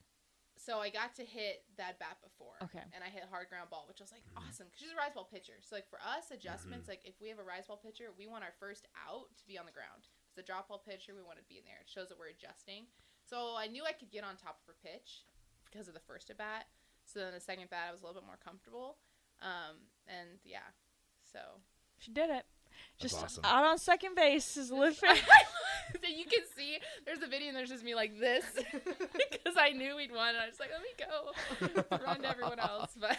F: So I got to hit that bat before.
D: Okay.
F: And I hit hard ground ball, which was like awesome because she's a rise ball pitcher. So like for us adjustments, like if we have a rise ball pitcher, we want our first out to be on the ground. If it's a drop ball pitcher, we want it to be in there. It shows that we're adjusting. So I knew I could get on top of her pitch because of the first at bat. So then the second bat, I was a little bit more comfortable. Um, and yeah, so
D: She did it. Just
C: awesome.
D: out on second base is Liv.
F: so you can see there's a video and there's just me like this because I knew we'd won and I was like, let me go run to everyone else. But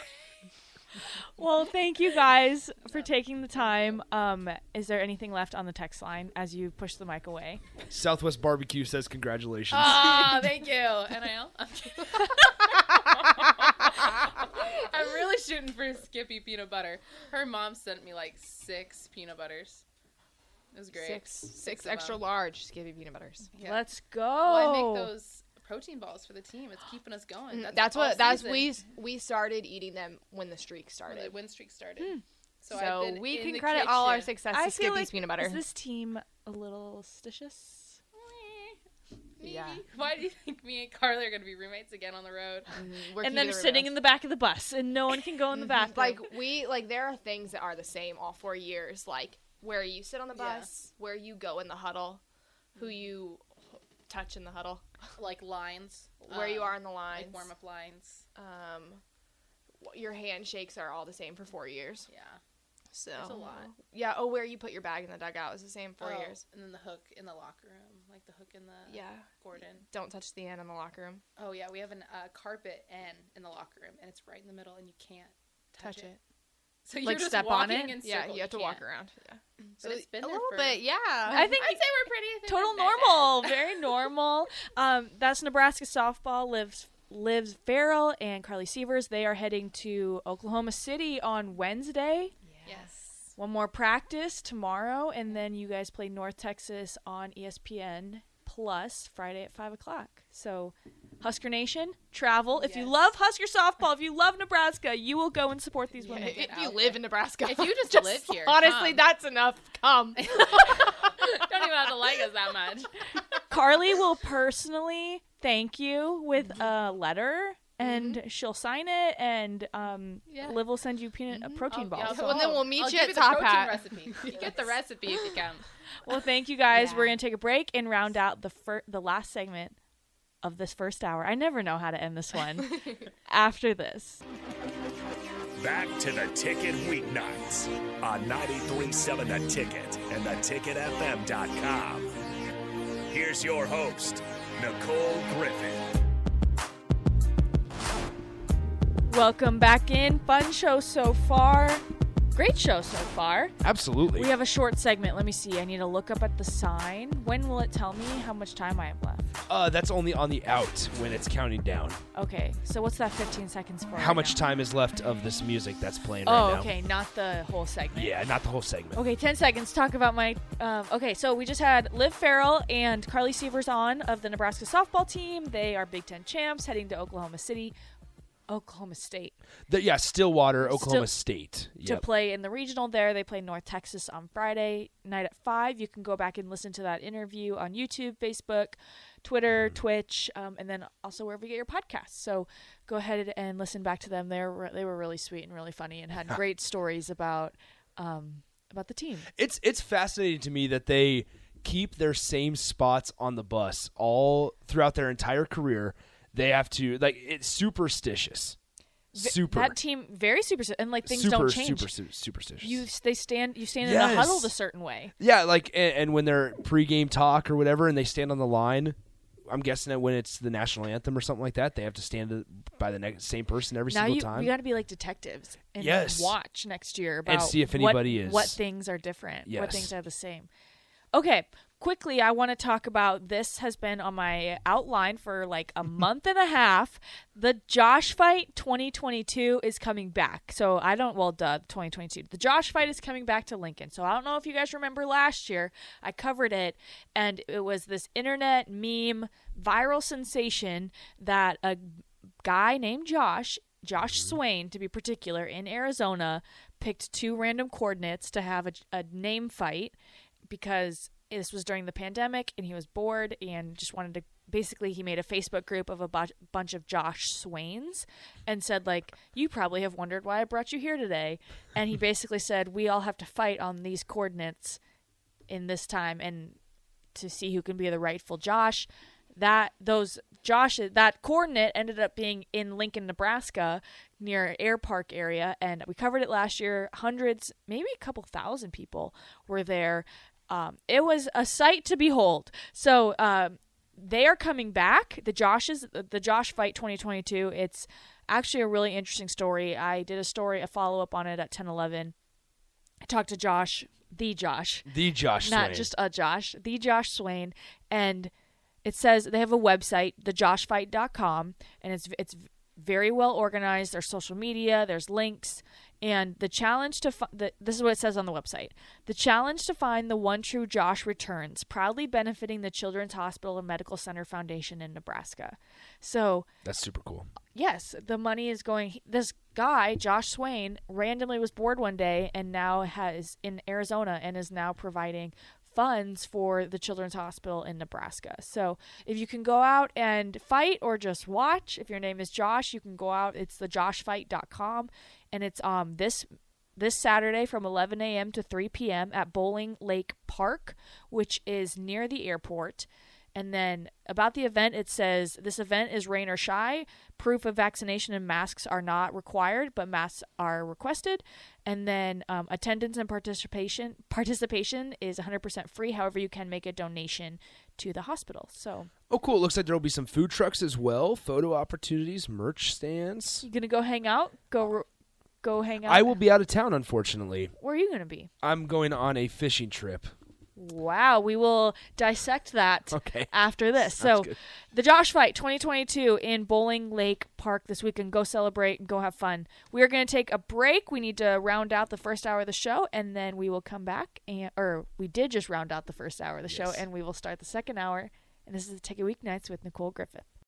D: Well, thank you guys for taking the time. Um, is there anything left on the text line as you push the mic away?
C: Southwest Barbecue says congratulations.
D: Uh,
F: Ah, thank you. NIL. I'm kidding. I'm really shooting for Skippy peanut butter. Her mom sent me like six peanut butters. It was great.
G: Six, six
F: of
G: extra
F: them.
G: large Skippy peanut butters.
F: Yeah.
D: Let's go.
F: Well, I make those protein balls for the team. It's keeping us going.
G: Mm, That's,
F: all
G: what that's
F: season,
G: we we started eating them when the streak
F: when the
G: started. Hmm.
F: win streak started.
G: So,
F: So, I've been
G: we
F: in
G: can
F: the
G: credit all our
F: kitchen.
G: success
D: I
G: to
D: feel
G: Skippy's
D: like
G: peanut butter.
D: is this team a little stitious?
G: yeah,
F: Why do you think me and Carly are going to be roommates again on the road?
G: Mm, We're
D: and then
G: keeping
D: sitting in the back of the bus, and no one can go in the bathroom.
G: like we like there are things that are the same all four years, like where you sit on the
F: Yeah. Mm.
G: bus, where you go in the huddle, who you touch in the huddle,
F: Like lines.
G: where you
F: um,
G: are in the lines,
F: Like warm up lines.
G: um, wh- your handshakes are all the same for four years.
F: Yeah.
G: So
F: That's a lot.
G: Yeah. Oh, where you put your bag in the dugout is the same four
F: Four
G: years.
F: And then the hook in the locker room. Like the hook in the.
G: Yeah.
F: Gordon.
G: Don't touch the end in the locker room.
F: Oh yeah, we have an uh, carpet N in the locker room, and it's right in the middle, and you can't touch,
G: Touch it.
F: So
D: Like, step on it?
F: In
G: Yeah,
F: circles,
G: you have to
F: can't.
G: walk around. Yeah. Mm.
F: But it's been
G: a
F: there
G: little
F: for-
G: bit. Yeah.
D: I think
F: I'd say we're pretty I think
D: total
F: we're pretty-
D: normal, very normal. Um, that's Nebraska softball lives lives Farrell and Carly Severs. They are heading to Oklahoma City on Wednesday.
F: Yes.
D: One more practice tomorrow, and then you guys play North Texas on E ESPN Plus Friday at five o'clock. So, Husker Nation, travel. If you
F: Yes.
D: love Husker softball, if you love Nebraska, you will go and support these women.
G: if
F: get
G: you
F: out
G: live
F: there.
G: in Nebraska,
F: If you just live here,
G: honestly,
F: come.
G: that's enough. Come.
F: Don't even have to like us that much.
D: Carly will personally thank you with
G: Mm-hmm.
D: a letter, and she'll sign it, and um,
F: Yeah.
D: Liv will send you peanut uh, protein balls.
G: Mm-hmm. Oh, Well, then we'll meet
F: I'll
G: you
F: give
G: at
F: the
G: Top
F: protein
G: Hat.
F: Recipe. You get the recipe if you come.
D: Well, thank you guys.
G: Yeah.
D: We're gonna take a break and round out the fir- the last segment of this first hour. I never know how to end this one. after this.
A: Back to the ticket weeknights on 937 The Ticket and theticketfm.com. Here's your host, Nicole Griffin.
D: Welcome back in. Fun show so far. Great show so far.
C: Absolutely.
D: We have a short segment. Let me see. I need to look up at the sign. When will it tell me how much time I have left?
C: uh, that's only on the out when it's counting down.
D: Okay. So what's that 15 seconds for?
C: How
D: right
C: much
D: now?
C: time is left of this music that's playing
D: Oh,
C: right now?
D: okay. Not the whole segment.
C: Yeah, not the whole segment.
D: Okay, 10 seconds. Talk about my. Um, okay, so we just had Liv Farrell and Carly Severs on of the Nebraska softball team. They are Big Ten champs heading to Oklahoma City, Oklahoma State,
C: The- yeah, Stillwater, Oklahoma
D: Still-
C: State.
D: to
C: Yep.
D: play in the regional there. They play North Texas on Friday night at 5. You can go back and listen to that interview on YouTube, Facebook, Twitter, Twitch, um, and then also wherever you get your podcasts. So go ahead and listen back to them. They're, re- they were really sweet and really funny and had great stories about. Um, about the team.
C: it's it's fascinating to me that they keep their same spots on the bus all throughout their entire career. They have to like it's superstitious.
D: Ve-
C: Super
D: That team very superstitious, and like things
C: super,
D: don't change.
C: Super su- superstitious.
D: You they stand you stand in a
C: Yes.
D: huddle a certain way.
C: yeah, like and, and when they're pregame talk or whatever, and they stand on the line. I'm guessing that when it's the national anthem or something like that, they have to stand by the next, same person every
D: now
C: single
D: you
C: time.
D: you got to be like detectives and
C: Yes.
D: watch next year about
C: see if
D: what-
C: anybody is-
D: what things are different, what
C: Yes.
D: things are the same. Okay, quickly, I want to talk about this has been on my outline for like a month and a half. The Josh Fight 2022 is coming back. So I don't, well, duh, 2022. The Josh Fight is coming back to Lincoln. So I don't know if you guys remember last year, I covered it, and it was this internet meme viral sensation that a guy named Josh, Josh Swain to be particular, in Arizona, picked two random coordinates to have a, a name fight because this was during the pandemic and he was bored and just wanted to basically he made a facebook group of a bu- bunch of josh swains and said like you probably have wondered why i brought you here today and he basically said we all have to fight on these coordinates in this time and to see who can be the rightful Josh. That those Josh that coordinate ended up being in Lincoln, Nebraska, near Air Park area, and we covered it last year. Hundreds, maybe a couple thousand people were there. Um, it was a sight to behold. So um, they are coming back. The Josh's the Josh Fight 2022. It's actually a really interesting story. I did a story, a follow up on it at ten eleven. I talked to Josh, the Josh,
C: The Josh
D: not
C: Swain.
D: just a Josh, the Josh Swain, and it says they have a website, thejoshfight.com, and it's it's very well organized. There's social media, there's links, and the challenge to fi- the, this is what it says on the website. The challenge to find the one true Josh returns, proudly benefiting the Children's Hospital and Medical Center Foundation in Nebraska. So
C: That's super cool.
D: yes, the money is going. This guy, Josh Swain, randomly was bored one day and now has in Arizona and is now providing funds for the Children's Hospital in Nebraska. So if you can go out and fight or just watch, if your name is Josh, you can go out. It's the joshfight.com and it's um this this Saturday from 11 a.m. to 3 p.m. at Bowling Lake Park, which is near the airport. And then about the event, it says this event is rain or shy. Proof of vaccination and masks are not required, but masks are requested. And then um, attendance and participation participation is 100% free. However, you can make a donation to the hospital. So
C: Oh, cool. It looks like there will be some food trucks as well, photo opportunities, merch stands.
D: you gonna go hang out? Go go hang out.
C: I will be out of town, unfortunately.
D: Where are you gonna be?
C: I'm going on a fishing trip.
D: Wow, we will dissect that
C: Okay.
D: after this.
C: Sounds
D: so,
C: good.
D: the Josh Fight 2022 in Bowling Lake Park this weekend. Go celebrate and go have fun. We are going to take a break. We need to round out the first hour of the show, and then we will come back. And or we did just round out the first hour of the show, and we will start the second hour. And this is the Take a Weeknights with Nicole Griffith.